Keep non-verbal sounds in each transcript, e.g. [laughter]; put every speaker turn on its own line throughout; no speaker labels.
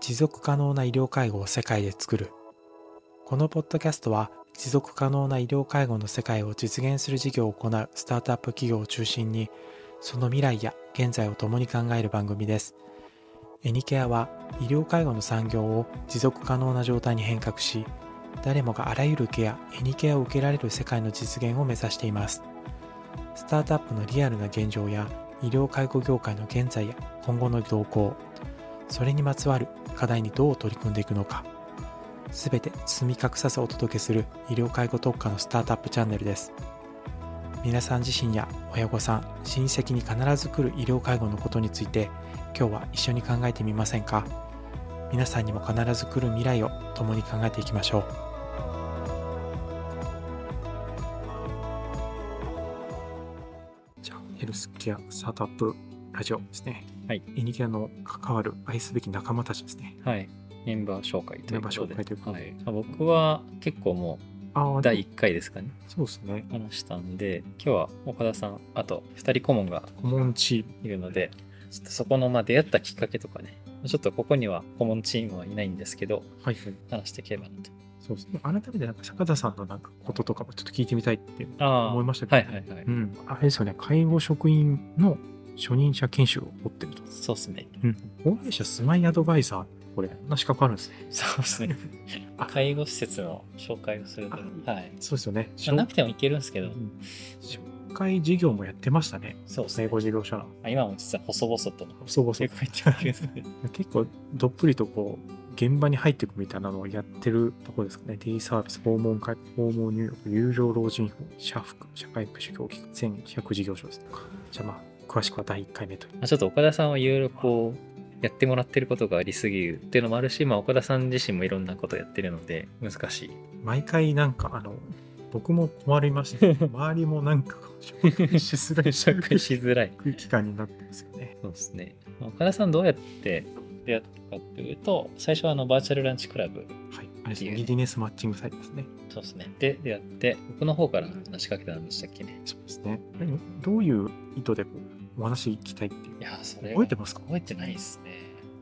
持続可能な医療介護を世界で作るこのポッドキャストは持続可能な医療介護の世界を実現する事業を行うスタートアップ企業を中心にその未来や現在を共に考える番組ですエニケアは医療介護の産業を持続可能な状態に変革し誰もがあらゆるケアエニケアを受けられる世界の実現を目指していますスタートアップのリアルな現状や医療介護業界の現在や今後の動向それにまつわる課題にどう取り組んでいくのかすべて包み隠さずお届けする医療介護特化のスタートアップチャンネルです皆さん自身や親御さん親戚に必ず来る医療介護のことについて今日は一緒に考えてみませんか皆さんにも必ず来る未来を共に考えていきましょうじゃあヘルスケアスタートアップラジオですね、
はい、
エニケアの関わる愛すべき仲間たちですね
はい、メンバー紹介とい
メン
うことで。
バー紹介ということで
はい、僕は結構も
あ
う
あ
第1回ですかね、
そうですね
話したんで、今日は岡田さん、あと2人顧問が
顧問チーム
いるので、ちょっとそこのまあ出会ったきっかけとかね、ちょっとここには顧問チームはいないんですけど、
はいはい
話していければなと。
そうですね改めてなんか坂田さんのなんかこととかもちょっと聞いてみたいって
あ
思いました
は
け
い
ど、
はいはい。
うん、あれですよね介護職員の初任者研修を持ってると
そうっすね。
高齢者住まいアドバイザーこれこんな資格あるんですね
そうっすね。
[laughs] あ
介護施設の紹介をすると、
あ
はい。
そうですよね
まあなくてもいけるんですけ
う
ど、
ん紹介事業もやってましたね
そうっす
介
ね。
護事業者の
あ今も実は細々と
そうそう
結構入ってますけどね。
結構どっぷりとこう現場に入っていくみたいなのをやってるところですかね。D サービス、訪問会、訪問入浴、有料老人法、社福、社会福祉協議会、全100事業所ですとか。じゃあまあ、詳しくは第1回目という。
まあ、ちょっと岡田さんはいろいろこうやってもらってることがありすぎるっていうのもあるし、まあ、岡田さん自身もいろんなことやってるので難
[laughs]
しい
毎回なんか、あの、僕も困りま
[laughs]
した、ね。周りもなんかこう、紹介しづらい、
紹介 [laughs] しづらい
空気感になってますよね。
そうですねまあ岡田さんどうやって出会ったかっていうと最初はあのバーチャルランチクラブ
はい。あれですね、ビジネスマッチングサイトですね。
そうですねで出会って僕の方から話しかけたんでしたっけね
そうですね。どういう意図でこうお話し行きたいっていう。
いやーそれが
覚えてますか
覚えてないですね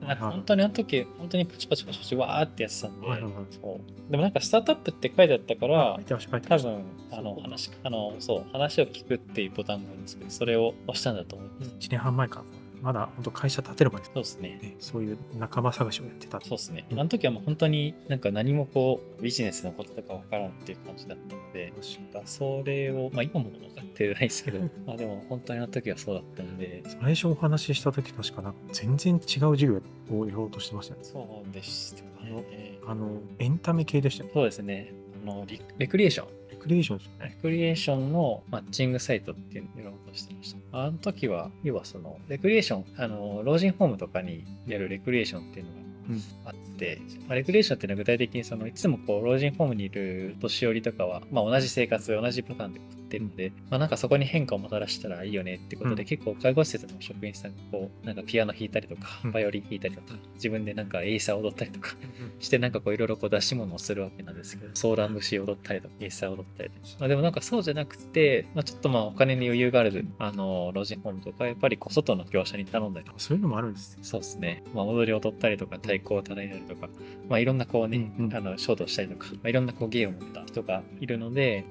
なんか
はい
本当にあの時本当にパチパチパチパチわーってやってたんで、
はいはいはい
そうでもなんかスタートアップって書いてあったから
書いてました、書いて
多
ました。
分あの話あのそう話を聞くっていうボタンがあるんですけどそれを押したんだと思います、
1年半前から、まだ本当会社立てる前です。
そうですね
ね、そういう仲間探しをやってた
そうですねあの時はもう本当になんか何もこうビジネスのこととかわからんっていう感じだったのでなんかそれをまあ今も分かってないですけ [laughs] どまあでも本当にあの時はそうだったんで
最初お話しした時確かなんか全然違う授業をやろうとしてましたね
そうでしたね
あのエンタメ系でしたよね
そうですねあのリレクリエーション
レクリエーションですよ
レ
ね
クリエーションのマッチングサイトっていうのをやろうとしてました。あの時は、要はその、レクリエーション、あの、老人ホームとかにやるレクリエーションっていうの
うん
があって、まあ、レクリエーションっていうのは具体的にその、いつもこう、老人ホームにいる年寄りとかは、まあ同じ生活、同じパターンで送ってるので、まあなんかそこに変化をもたらしたらいいよねってことで、
うん
結構介護施設の職員さんがこう、なんかピアノ弾いたりとか
うん、
バイオリン弾いたりとか、自分でなんかエイサー踊ったりとか、してなんかこういろいろこう出し物をするわけなんですけどソーラン節踊ったりとかイーサー踊ったりとか、まあ、でもなんかそうじゃなくて、まあ、ちょっとまあお金に余裕があるあの老人ホームとかやっぱりこう外の業者に頼んだりとか
そういうのもあるんですね
そうですね、まあ、踊りを踊ったりとか太鼓を叩いたりとか、まあ、いろんなこうね、
うんうん
あの衝動したりとか、まあ、いろんなこう芸を持った人がいるので、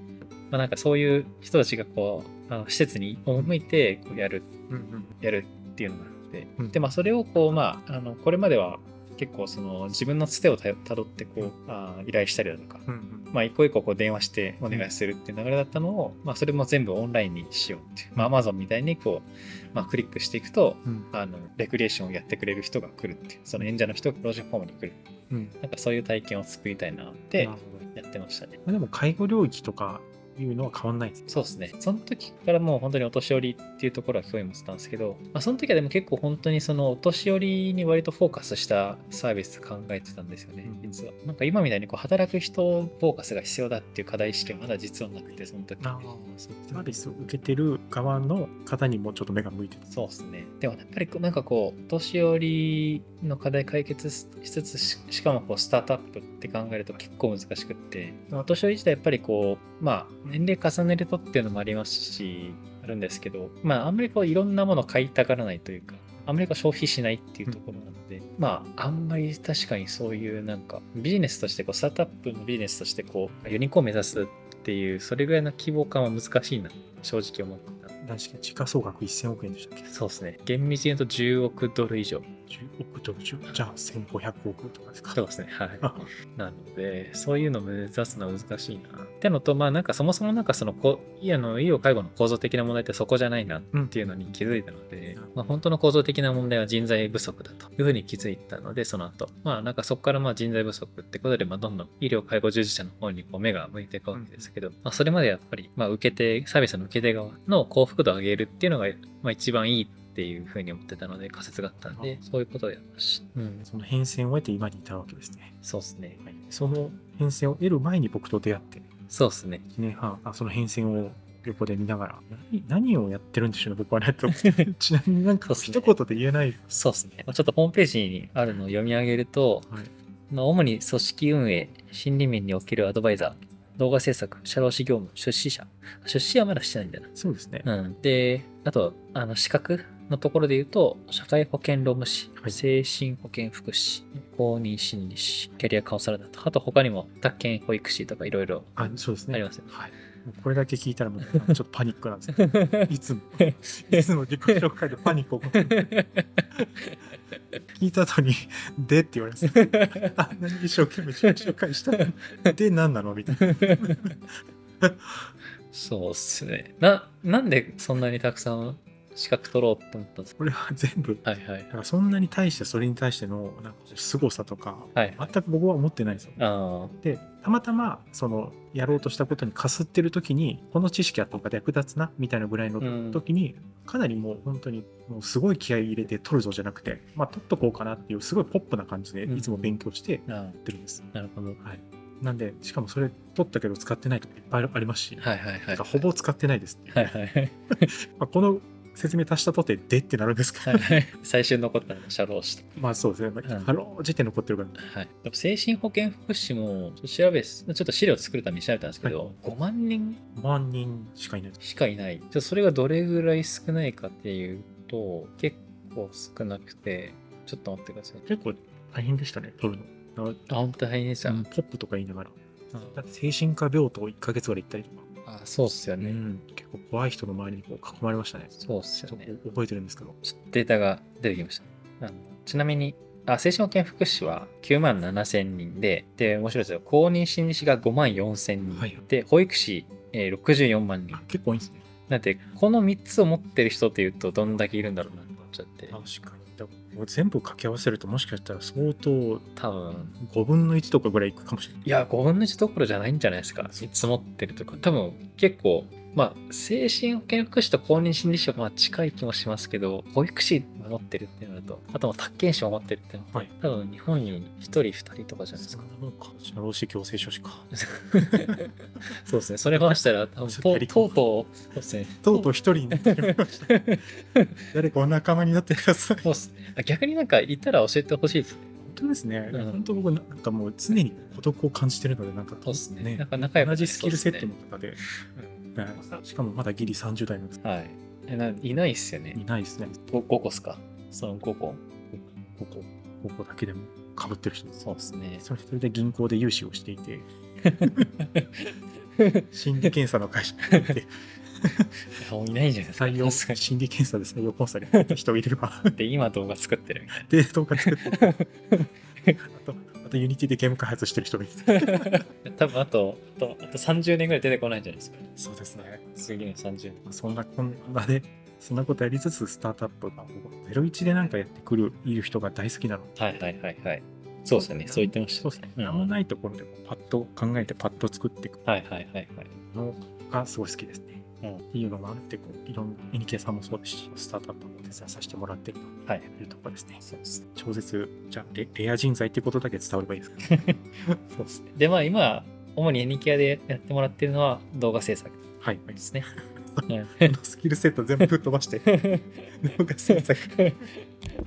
まあ、なんかそういう人たちがこうあの施設に赴いてこうやる
うんうん
やるっていうのがあって、
うん
でまあそれをこうまああのこれまでは結構その自分のつてをたたどってこう、あー依頼したりだとか、
うんうん
まあ、一個一個こう電話してお願いするっていう流れだったのを、まあ、それも全部オンラインにしようっていう、まあ、Amazon みたいにこう、まあ、クリックしていくと
うん
あのレクリエーションをやってくれる人が来るっていうその演者の人が老人ホームに来る
うん
なんかそういう体験を作りたいなっ
な
て
るほ
やってましたね
どまあでも介護領域とかいうのは変わんないです
そうですね。その時からもう本当にお年寄りっていうところは興味持ってたんですけど、まあ、その時はでも結構本当にそのお年寄りに割とフォーカスしたサービス考えてたんですよね
う、ん
実は。なんか今みたいにこう働く人フォーカスが必要だっていう課題意識はまだ実はなくて、その時。
ああそうサービスを受けてる側の方にもちょっと目が向いてる
そうですね。でもやっぱりこうなんかこう、お年寄りの課題解決しつつ、ししかもこうスタートアップって考えると結構難しくって、お年寄り自体やっぱりこう、まあ年齢重ねるとっていうのもありますし、あるんですけど、まああんまりこういろんなものを買いたがらないというか、アメリカ消費しないっていうところなので、まああんまり確かにそういうなんかビジネスとしてこうスタートアップのビジネスとしてこうユニコーンを目指すっていうそれぐらいの規模感は難しいな正直思ってた
確かに時価総額1000億円でしたっけ
そうですね厳密に言うと10億ドル以上
10億ドルじゃあ1500億とかですか
そうですねはいなのでそういうのを目指すのは難しいなってのとまあなんかそもそもなんかそのこいあの医療介護の構造的な問題ってそこじゃないなっていうのに気づいたので、
うん
まあ、本当の構造的な問題は人材不足だというふうに気づいたのでその後まあなんかそこからまあ人材不足ってことでまあどんどん医療介護従事者の方にこう目が向いていくわけですけど、まあ、それまでやっぱりまあ受け手サービスの受け手側の幸福度を上げるっていうのがまあ一番いいっていうふうに思ってたので仮説があったんでそういうことをやったし、うん、
その変遷を得て今に至るわけですね、
そうですね
はい、その変遷を得る前に僕と出会って1
そうですね
年半あその変遷を横で見ながら何何をやってるんでしょうね僕はねと [laughs] ちなみになんか
そうっす
一
ね
言で言えない、
そうですね。まあちょっとホームページにあるのを読み上げると、
はい
まあ、主に組織運営、心理面におけるアドバイザー、動画制作、社労士業務、出資者。出資はまだしてないんだな。
そうですね、
うん、で、あと、あの資格のところで言うと、社会保険労務士、
はい
精神保健福祉、公認心理師、キャリアカウンサルだと、あと他にも、宅建保育士とかいろいろ
あそうですね
ありますよ。
はい、もうこれだけ聞いたらもうなんかちょっとパニックなんですけど [laughs] いつもいつも自己紹介でパニックを起こす聞いた後に「で」って言われ [laughs] ますあ何一生懸命自己紹介したので何なのみたいな
そうっすね。な、なんでそんなにたくさん資格取ろうと思ったんですか
これは全部
はいは
だ。
い
からそんなに対してそれに対してのなんか凄さとか
はい。
全く僕は思ってないんですよ
ああ、
でたまたまそのやろうとしたことにかすってる時にこの知識はとかで役立つなみたいなぐらいの
うん
時に、かなりもう本当にもうすごい気合い入れて取るぞじゃなくて、まあ、取っとこうかなっていうすごいポップな感じで
うん
いつも勉強してや
ああ
ってるんです、
なるほど。はい
なんでしかもそれ取ったけど使ってないとかいっぱいありますし、
はいはい。
なんかほぼ使ってないですっていう
はいはい
まあ、この説明足したとてでってなるんですか
は
ら、
いはい。 [laughs] 最終残ったのは社労士と。
[laughs] まあそうですね、まあ、
うん
かろうじて残ってるから
はい、でも精神保健福祉も調べす、ちょっと資料作るために調べたんですけど、5万人
5万人しかいない
しかいない。ちょっとそれがどれぐらい少ないかっていうと、結構少なくて、ちょっと待ってください。
結構大変でしたね取るのだか
あ、本当大変でした。
らポップとか言いながら
うん
だって精神科病棟1ヶ月ぐらい行ったりとか、
あ、そうっすよね。
うん結構怖い人の周りにこう囲まれましたね。
そうっす
ちょ
よ
っ
ね。
と覚えてるんですけど。
ちょっとデータが出てきました。あのちなみに、あ精神保健福祉は9万7千人で、で、面白いですよ。公認心理師が5万4千人、
はい
で、保育士、えー64万人
あ。結構いいんですね。
なんで、この3つを持ってる人っていうと、どんだけいるんだろうなって思っちゃって、
確かに。だからもう全部掛け合わせるともしかしたら相当5
多分
分の1とかぐらいいくかもしれない。
いや、5分の1どころじゃないんじゃないですか。3つ持ってるとか。多分、結構、まあ、精神保健福祉と公認心理師はまあ近い気もしますけど、保育士も持ってるっていうのだと、あともう宅建士も持ってるっていうのは、
はい
多分日本に1人2人とかじゃないです
そ [laughs]
か
ん。なもんか。社労士行政書士か。
そうですね、それ回したら、多分
ちょっと
と
や
う
り
とうとう、そうですね、
とうとう1人になってしまいました。 [laughs] 誰かお仲間になってください。
そうっすねあ逆になんかいたら教えてほしいですね。
[laughs] 本当ですね。
うん
本当僕なんかもう常に孤独を感じてるので、なんか
そうですね。
ね
なんか仲良
同
くなり
じス
そ
キ
うっ
ル
す
セ
ね
ットの方で、
うん
ねしかもまだギリ30代の方
はいえないないっすよね。
いないですね。
5, 5個っすか。その5個。
ここ、ここだけでもかぶってる人です。
そうですね。
それそれで銀行で融資をしてい
[laughs]
て、心理検査の会社に行って、
もういないんじゃないですか。
採用、
さすがに
心理検査で採用コンサルやった人いれ
[laughs]
ば、
で、今動画作ってるみたい
デートが作ってる、あと、あとユニティでゲーム開発してる人もいて、
な。多分あと、あと、あと30年ぐらい出てこないんじゃないですか。
そうですね。
次の30年。
まあそんなこんなで、そんなことやりつつ、スタートアップが01でなんかやってくる、いる人が大好きなの。
はいはいはいはい。そうですね。そう言ってました
そう
ね。
ですね。
うん
何もないところでもパッと考えて、パッと作っていく
はいはいはいはい。
のがすごい好きですね。
うん
っていうのもあってこういろんなエニケイさんもそうですしスタートアップも手伝いさせてもらってる
はい
というところですね。
そうですね。
超絶じゃあレレア人材ってことだけ伝わればいいですか、
[laughs]
ね、
そうですね。で、まあ今、主にエニキアでやってもらってるのは動画制作
はい。こ
ですね。 [laughs]
[laughs] のスキルセット全部吹っ飛ばして動画制作
こ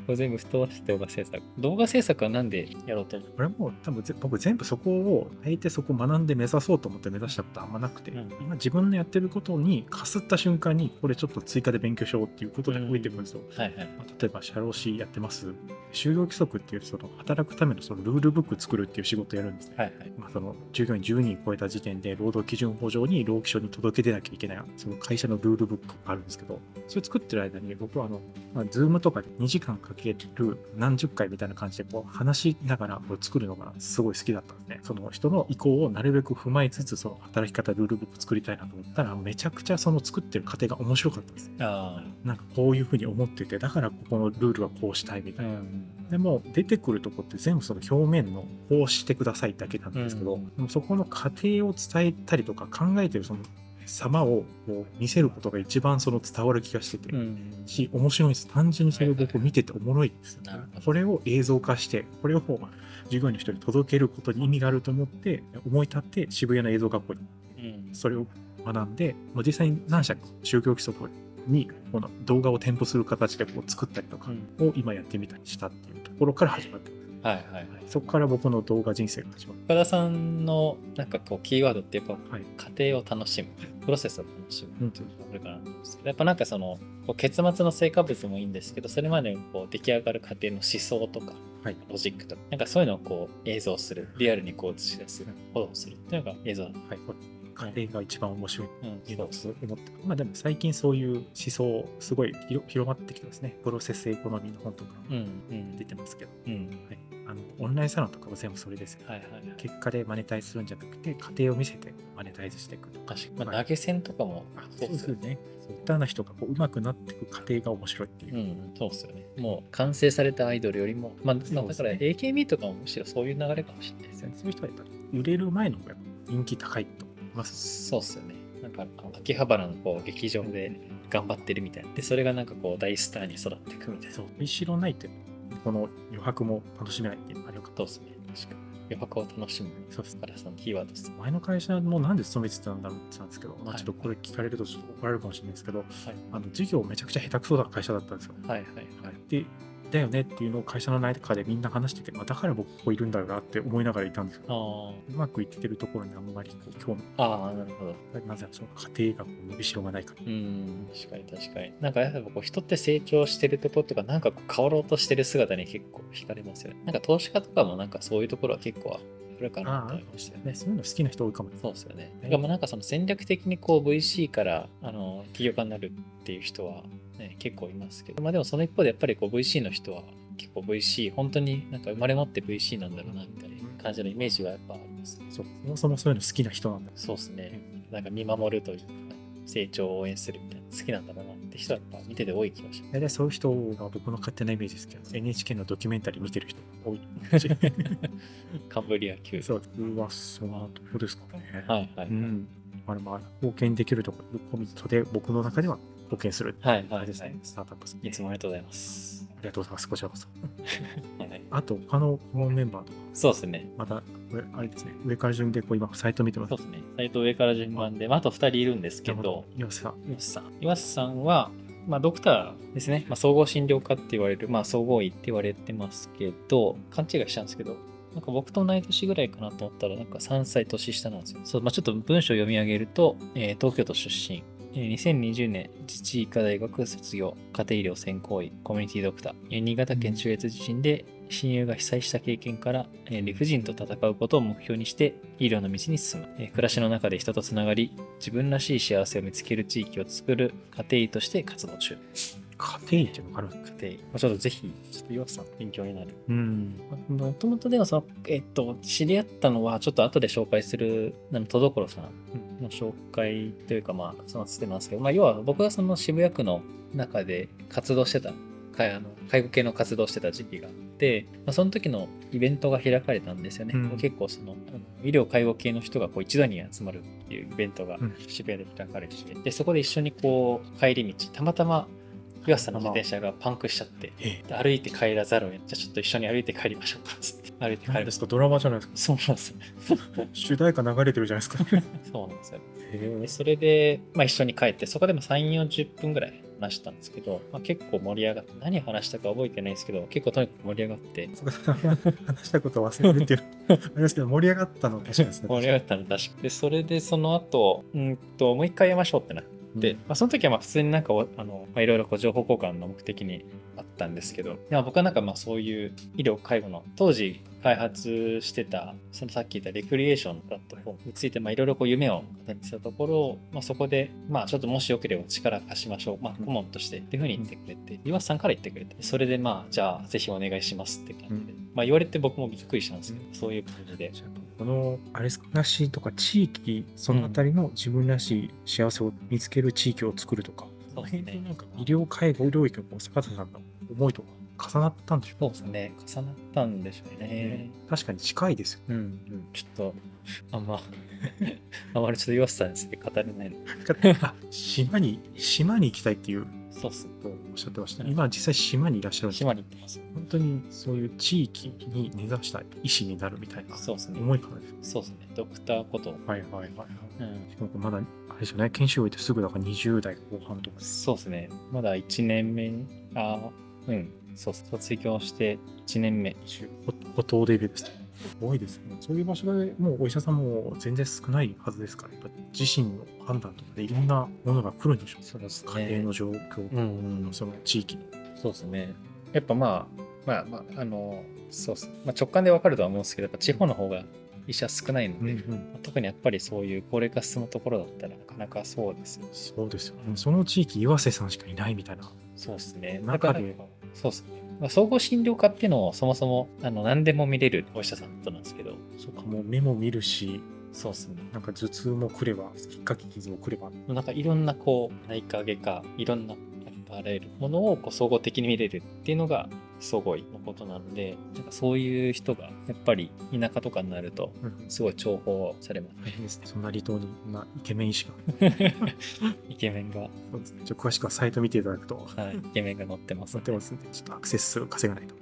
れ全部吹っ飛ばして動画制作。動画制作はなんでやろうと思っ
これもう多分ぜ僕全部そこを大抵そこ学んで目指そうと思って目指したことあんまなくて、
うん
今自分のやってることにかすった瞬間にこれちょっと追加で勉強しようっていうことで
うん
動いていくんですよ、
たはいはい。
まあ例えば社労士やってます就業規則っていうその働くためのそのルールブック作るっていう仕事をやるんですね、
はいはい。
まあ、その従業員10人超えた時点で労働基準法上に労基署に届け出なきゃいけないその会社のルールブックがあるんですけどそれ作ってる間に僕はあの、まあ、Zoom とかで2時間かける何十回みたいな感じでこう話しながらこう作るのがすごい好きだったんですねその人の意向をなるべく踏まえつつその働き方ルールブック作りたいなと思ったらめちゃくちゃその作ってる過程が面白かったです
あ
なんかこういうふうに思っててだからここのルールはこうしたいみ
あ。
た
う
いな、
ん。
でも出てくるとこって全部その表面のこうしてくださいだけなんですけど、
うん
でもそこの過程を伝えたりとか考えてるその様をこう見せることが一番その伝わる気がしてて、
うん。
し面白いです単純にそれを僕見てておもろいですよね、
なるほど
これを映像化してこれを従業員の人に届けることに意味があると思って思い立って渋谷の映像学校に
うん。
それを学んで、まあ、実際に何社か宗教規則にこの動画を添付する形でこう作ったりとかを今やってみたりしたっていうところから始まって
はいはいはい。
そこから僕の動画人生が始まっ
岡田さんのなんかこうキーワードってやっぱ
た。はい。
過程を楽しむプロセスを楽し
う
む
ん
というところからなんですけどやっぱなんかそのこう結末の成果物もいいんですけどそれまでのこう出来上がる過程の思想とか
はい
ロジックとかなんかそういうのをこう映像するリアルにこう映し出すフォローするっていうのが映像だ、
はい。家庭が一番面白いっ
うん
ていうのをすごい思ってまあでも最近そういう思想すごい広広まってきてますね。プロセスエコノミーの本とか
うん
出てますけど、
うんうん
はい。あの、オンラインサロンとかも全部それですよ。
はいはいはい
結果でマネタイズするんじゃなくて、家庭を見せてマネタイズしていくとか。
確かに、まあ、投げ銭とかも
あ
そうですよね
ね。下手な人がこう上手くなっていく過程が面白いっていうう。
ん、そうですよね。もう完成されたアイドルよりも、まあ、だ
すね
から AKB とかもむしろそういう流れかもしれないですよね。
そういう人はやっぱり売れる前の方が人気高いと思います。
そうっすよね。なんか秋葉原のこう劇場で頑張ってるみたいな。で、それがなんかこう大スターに育っていくみたいな。
そう。伸しろないって、この余白も楽しめないっていうのがよかった
そうっすね。確かに。余白を楽しむ。
そうですね。
岡田さんのキーワードっすね。
前の会社もなんで勤めてたんだろうって言ってたんですけど、ま
は
あ、
い
ちょっとこれ聞かれるとちょっと怒られるかもしれないですけど、
はい
あの授業めちゃくちゃ下手くそな会社だったんですよ。
はいはいはい。
でだよねっていうのを会社の中でみんな話してて、まあ、だから僕ここいるんだろうなって思いながらいたんですけど、
あ
うまくいってるところにあんまりこう興味
あ、ああ、なるほど。
がなぜならその家庭がこう伸びしろがないから。
うん、確かに確かに。なんかやっぱこう人って成長してるところとか、なんかこう変わろうとしてる姿に結構惹かれますよね。なんか投資家とかもなんかそういうところは結構あるかなと思いましたよね
ね、。そういうの好きな人多いかもです。
そうですよね。だからまあなんかその戦略的にこう VC からあの起業家になるっていう人は、ね、結構いますけど、まあ、でもその一方でやっぱりこう VC の人は結構 VC 本当になんか生まれ持って VC なんだろうなみたいな感じのイメージはやっぱありますね。
そうそもそもそういうの好きな人なんだ。
そうですね。なんか見守るというか成長を応援するみたいな好きなんだろうなって人はやっぱ見てて多い気がしま
大体そういう人が僕の勝手なイメージですけど、NHK のドキュメンタリー見てる人が多い。
[laughs] す。カンブリア級。
そううわ、そうなとこですかね。
はいはい。
うん。あれ、まあ、貢献できるところ、コミットで僕の中では貢献する。
はいはい
あ
は
れ
い
ですね、スタートアップですね
いつもありがとうございます。
ありがとうございます、こちらこそ。
はいはい
あと、他の顧問メンバーとか、
そうですね。
また、これ、あれですね、上から順で、こう、今、サイト見てます
そう。ですね。サイト上から順番で、まあ、あと2人いるんですけ
山
ど
本、岩瀬さん。
岩瀬さん。岩瀬さんは、まあ、ドクターですね。まあ、総合診療科って言われる、まあ、総合医って言われてますけど、勘違いしたんですけど、なんか僕と同い年ぐらいかなと思ったら、なんか3歳年下なんですよ。そう、まあ、ちょっと文章を読み上げると、えー東京都出身。えー2020年、自治医科大学卒業、家庭医療専攻医、コミュニティドクター。えー新潟県中越地震で親友が被災した経験から、えー理不尽と戦うことを目標にして医療の道に進む、えー暮らしの中で人とつながり、自分らしい幸せを見つける地域を作る家庭医として活動中。
家庭医っていうのがある
家庭医。まあちょっとぜひ、ちょっと岩瀬さん、勉強になる。
うん。
もともとでもその、えっと、知り合ったのは、ちょっと後で紹介する、あの、戸所さんの紹介というか、まあ、そのつってますけど、まあ、要は僕がその渋谷区の中で活動してた、かあの介護系の活動をしてた時期があって、まあ、その時のイベントが開かれたんですよね。
うん
結構その、あの医療介護系の人がこう一度に集まるっていうイベントが
うん
渋谷で開かれてて、で、そこで一緒にこう、帰り道、たまたま、岩瀬さんの自転車がパンクしちゃって、
え
で歩いて帰らざるを得ないじゃあちょっと一緒に歩いて帰りましょうかつって歩いて
え。
帰
何
る
ですか、ドラマじゃないですか。
そうなんですよ
主題歌流れてるじ
[laughs]
ゃないですか。
そうなんですよ
へ
でそれで、まあ、一緒に帰ってそこでも3 4 0分ぐらい話したんですけど、まあ、結構盛り上がって何話したか覚えてないんですけど結構とにかく盛り上がって
そこ話したことを忘れるっていうのあれですけど盛り上がったの確かですね
盛り上がったの確かでそれでその後うんともう一回やりましょうってなってで、まあ、その時はまあ普通になんかおあの、まあ、いろいろこう情報交換の目的にあったんですけど、でも僕はなんかまあそういう医療介護の当時開発してたそのさっき言ったレクリエーションのプラットフォームについてまあいろいろこう夢を形にしたところ、まあ、そこでまあちょっともしよければ力貸しましょう、まあ、顧問としてっていうふうに言ってくれて岩瀬さんから言ってくれてそれでまあじゃあぜひお願いしますって感じで、まあ、言われて僕もびっくりしたんですけどそういう感じで
じゃあこのあれですか話とか地域そのあたりの自分らしい幸せを見つける地域を作るとか、
そうですね
この辺となんか医療介護領域のこう坂田さんの思いとか重なったんでしょ
そうですね重なったんでしょうね。
確かに近いですよ
うん、うん、ちょっと、あんま、 [laughs] あんまりちょっと岩瀬さんについて語れない
ね
の。
あ島に島に行きたいっていう
そうっす。
ことをおっしゃってましたね今実際島にいらっしゃるんですけど
島に行ってます。
本当にそういう地域に根ざした医師になるみたいな
そうっすね。
思いからですよ
そうっすね。ドクターこと。
はいはいはいはい
うん。
しかもまだあれですよね研修を終えてすぐだから20代後半とかです
そうっすね。まだ1年目に、あーうん。そうっす卒業して1年目。
五島デビューです多いですねそういう場所でもうお医者さんも全然少ないはずですからやっぱ自身の判断とかでいろんなものが来るんでしょう
そうです
家庭の状況、
うんうん
その地域の
そうですね。やっぱまあ、まあ、まあ、あの、そうっす。まあ、直感でわかるとは思うんですけど、やっぱ地方の方が医者少ないので、特にやっぱりそういう高齢化進むところだったらなかなかそうですよ
そうですよねその地域岩瀬さんしかいないみたいな
そうですね。
中で
だからそうですね。まあ、総合診療科っていうのをそもそもあの何でも見れるお医者さんとなんですけど、そうか
もう目も見るし
そうですね。
なんか頭痛も来ればひっかき傷も来れば
なんかいろんなこう、内科外科、いろんなあらゆるものをこう総合的に見れるっていうのがすごいのことなので、なんかそういう人がやっぱり田舎とかになるとすごい重宝され [laughs] ます。
大変ですねそんな離島にそんなイケメン医師が [laughs]
イケメンが、は
そうですねちょっと詳しくはサイト見ていただくと
い、イケメンが乗ってます
載ってますんでちょっとアクセス数を稼がないと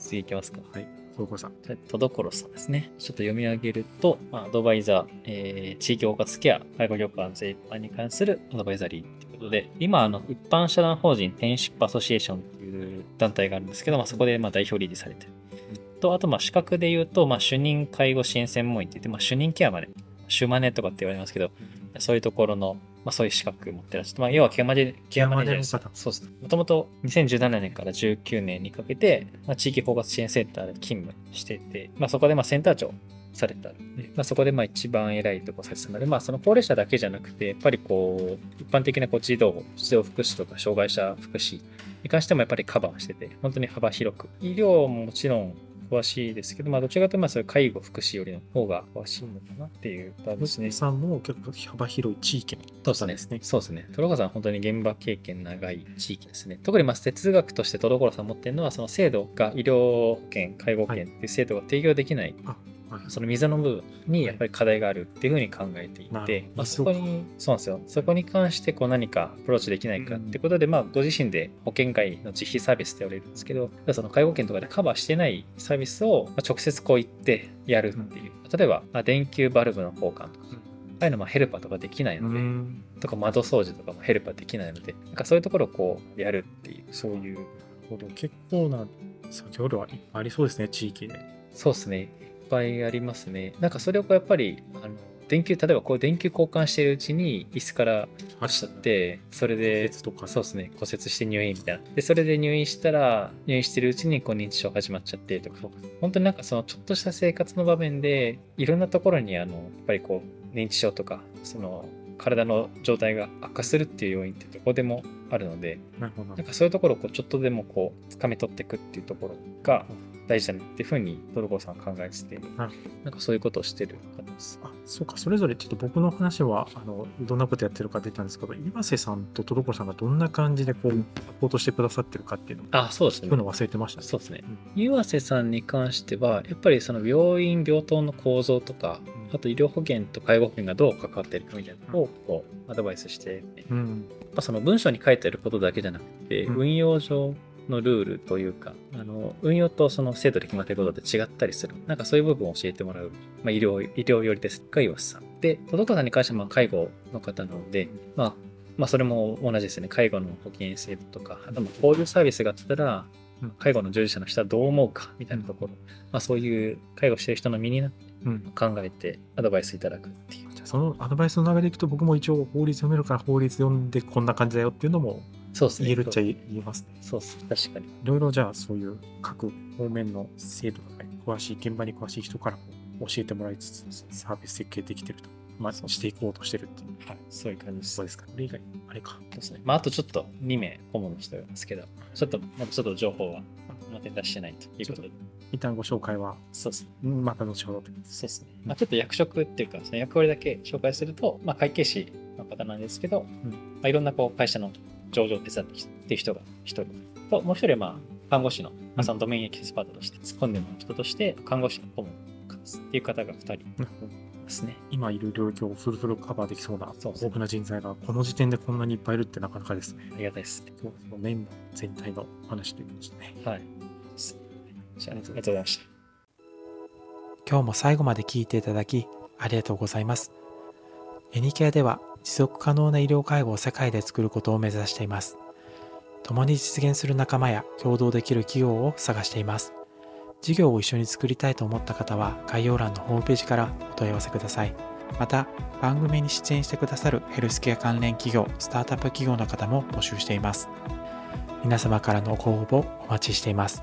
次行きますか。
はい東郷さん
とどころさんですね。ちょっと読み上げると、まあ、アドバイザー、えー地域包括ケア、介護業界全般に関するアドバイザリーということで、今、あの一般社団法人転出アソシエーションという団体があるんですけど、まあ、そこでまあ代表理事されてる。と、あと、まあ資格で言うと、まあ、主任介護支援専門員って言って、まあ、主任ケアまで、シュマネとかって言われますけど、そういうところの、まあ、そういう資格持ってらっしゃって、まあ、要はケアマネケアマネージャーです
ケアマネー
そうです。もともと2017年から19年にかけて、まあ、地域包括支援センターで勤務してて、まあ、そこでまあセンター長された、まあ、そこでまあ一番偉いとこさせてもらってまあ、その高齢者だけじゃなくて、やっぱりこう、一般的なこう児童、児童福祉とか障害者福祉に関してもやっぱりカバーしてて、本当に幅広く。医療ももちろん詳しいですけど、まあ、どちらかというとまあそういう介護福祉よりの方が詳しいのかなっていう感じですね
西。さんも結構幅広い地域の
そうですね。そうですね。トロコさんは本当に現場経験長い地域ですね。特にまあ哲学としてトロコさん持ってるのはその制度が医療保険、介護保険っていう制度が提供できない、
あはい
その溝の部分にやっぱり課題があるっていうふうに考えてい
なる
て
ほど、
まあ、そこにそうなんですよ。そこに関してこう何かアプローチできないかってことで、まあご自身で保険外の自費サービスって言われるんですけど、その介護保険とかでカバーしてないサービスをまあ直接こう行ってやるっていう。例えば、まあ電球バルブの交換とか。ああいうのもヘルパーとかできないので、
ん
とか窓掃除とかもヘルパーできないのでなんかそういうところをこうやるっていうそういう
なるほど結構な作業量はいっぱいありそうですね地域で
そうですねいっぱいありますねなんかそれをこうやっぱりあの電球例えばこう電球交換してるうちに椅子から落ちちゃってそれで
鉄とか
そうですね骨折して入院みたいなでそれで入院したら入院してるうちにこう認知症始まっちゃってとか本当になんかそのちょっとした生活の場面でいろんなところにあのやっぱりこう認知症とかその体の状態が悪化するっていう要因ってどこでもあるので
なるほど
なんかそういうところをこうちょっとでもこう掴み取っていくっていうところが大事だなっていうふうにトルコさんは考えてて、
な
なんかそういうことをしてる方です。
あそうかそれぞれちょっと僕の話はあのどんなことやってるか出たんですけど岩瀬さんと戸所さんがどんな感じでこうサポートしてくださってるかっていうのを
あ、そうです
聞くの忘れてましたね
そうですね。岩瀬さんに関しては、やっぱりその病院、病棟の構造とか、あと医療保険と介護保険がどう関わってるかみたいなのをこうアドバイスして、
うんうん
まあ、その文章に書いてあることだけじゃなくて、
うん
運用上のルールというかあの運用とその制度で決まってることって違ったりするなんかそういう部分を教えてもらう、まあ、医療医療よりですが岩瀬さんで戸所さんに関してはまあ介護の方なので、まあまあ、それも同じですね。介護の保険制度とか、あとまあこういうサービスがあったら、
うん
介護の従事者の人はどう思うかみたいなところ、まあ、そういう介護してる人の身になって
うん、
考えてアドバイスいただくっていう。
じゃあそのアドバイスの流れでいくと僕も一応法律読めるから法律読んでこんな感じだよっていうのも
そうですね。
言えるっちゃ言えますね。
そうそう、確かに。
いろいろじゃあそういう各方面の制度とかに詳しい現場に詳しい人からこう教えてもらいつつサービス設計できてると、まあ、していこうとしてるっていう
はい、そういう感じです。
そうですかこれ以外あれか
そうですね。まあ、あとちょっと2名顧問の人がいますけど、ちょっと、まだちょっと情報はまだ出してないということで。
一旦ご紹介は
そうですね。
うんまた後ほどと
そうですね。まあ、ちょっと役職っていうか、その役割だけ紹介すると、まあ、会計士の方なんですけど、
ん
まあ、いろんなこう会社の上場を手伝ってきてっていう人が1人と、もう1人は、まあ、看護師の、まあ、そのドメインエキスパートとして突っ込んでもらう人として、看護師の顧問っていう方が2人いますね。
今いる領域をフルフルカバーできそうな
そう
豊
ですね
富な人材がこの時点でこんなにいっぱいいるってなかなかですね
ありがたいですね。
今日のメンバー全体の話ということですね
はい。じゃあ、ありがとうございました。
今日も最後まで聞いていただきありがとうございます。エニケアでは持続可能な医療介護を世界で作ることを目指しています。共に実現する仲間や共同できる企業を探しています。事業を一緒に作りたいと思った方は概要欄のホームページからお問い合わせください。また番組に出演してくださるヘルスケア関連企業、スタートアップ企業の方も募集しています。皆様からのご応募お待ちしています。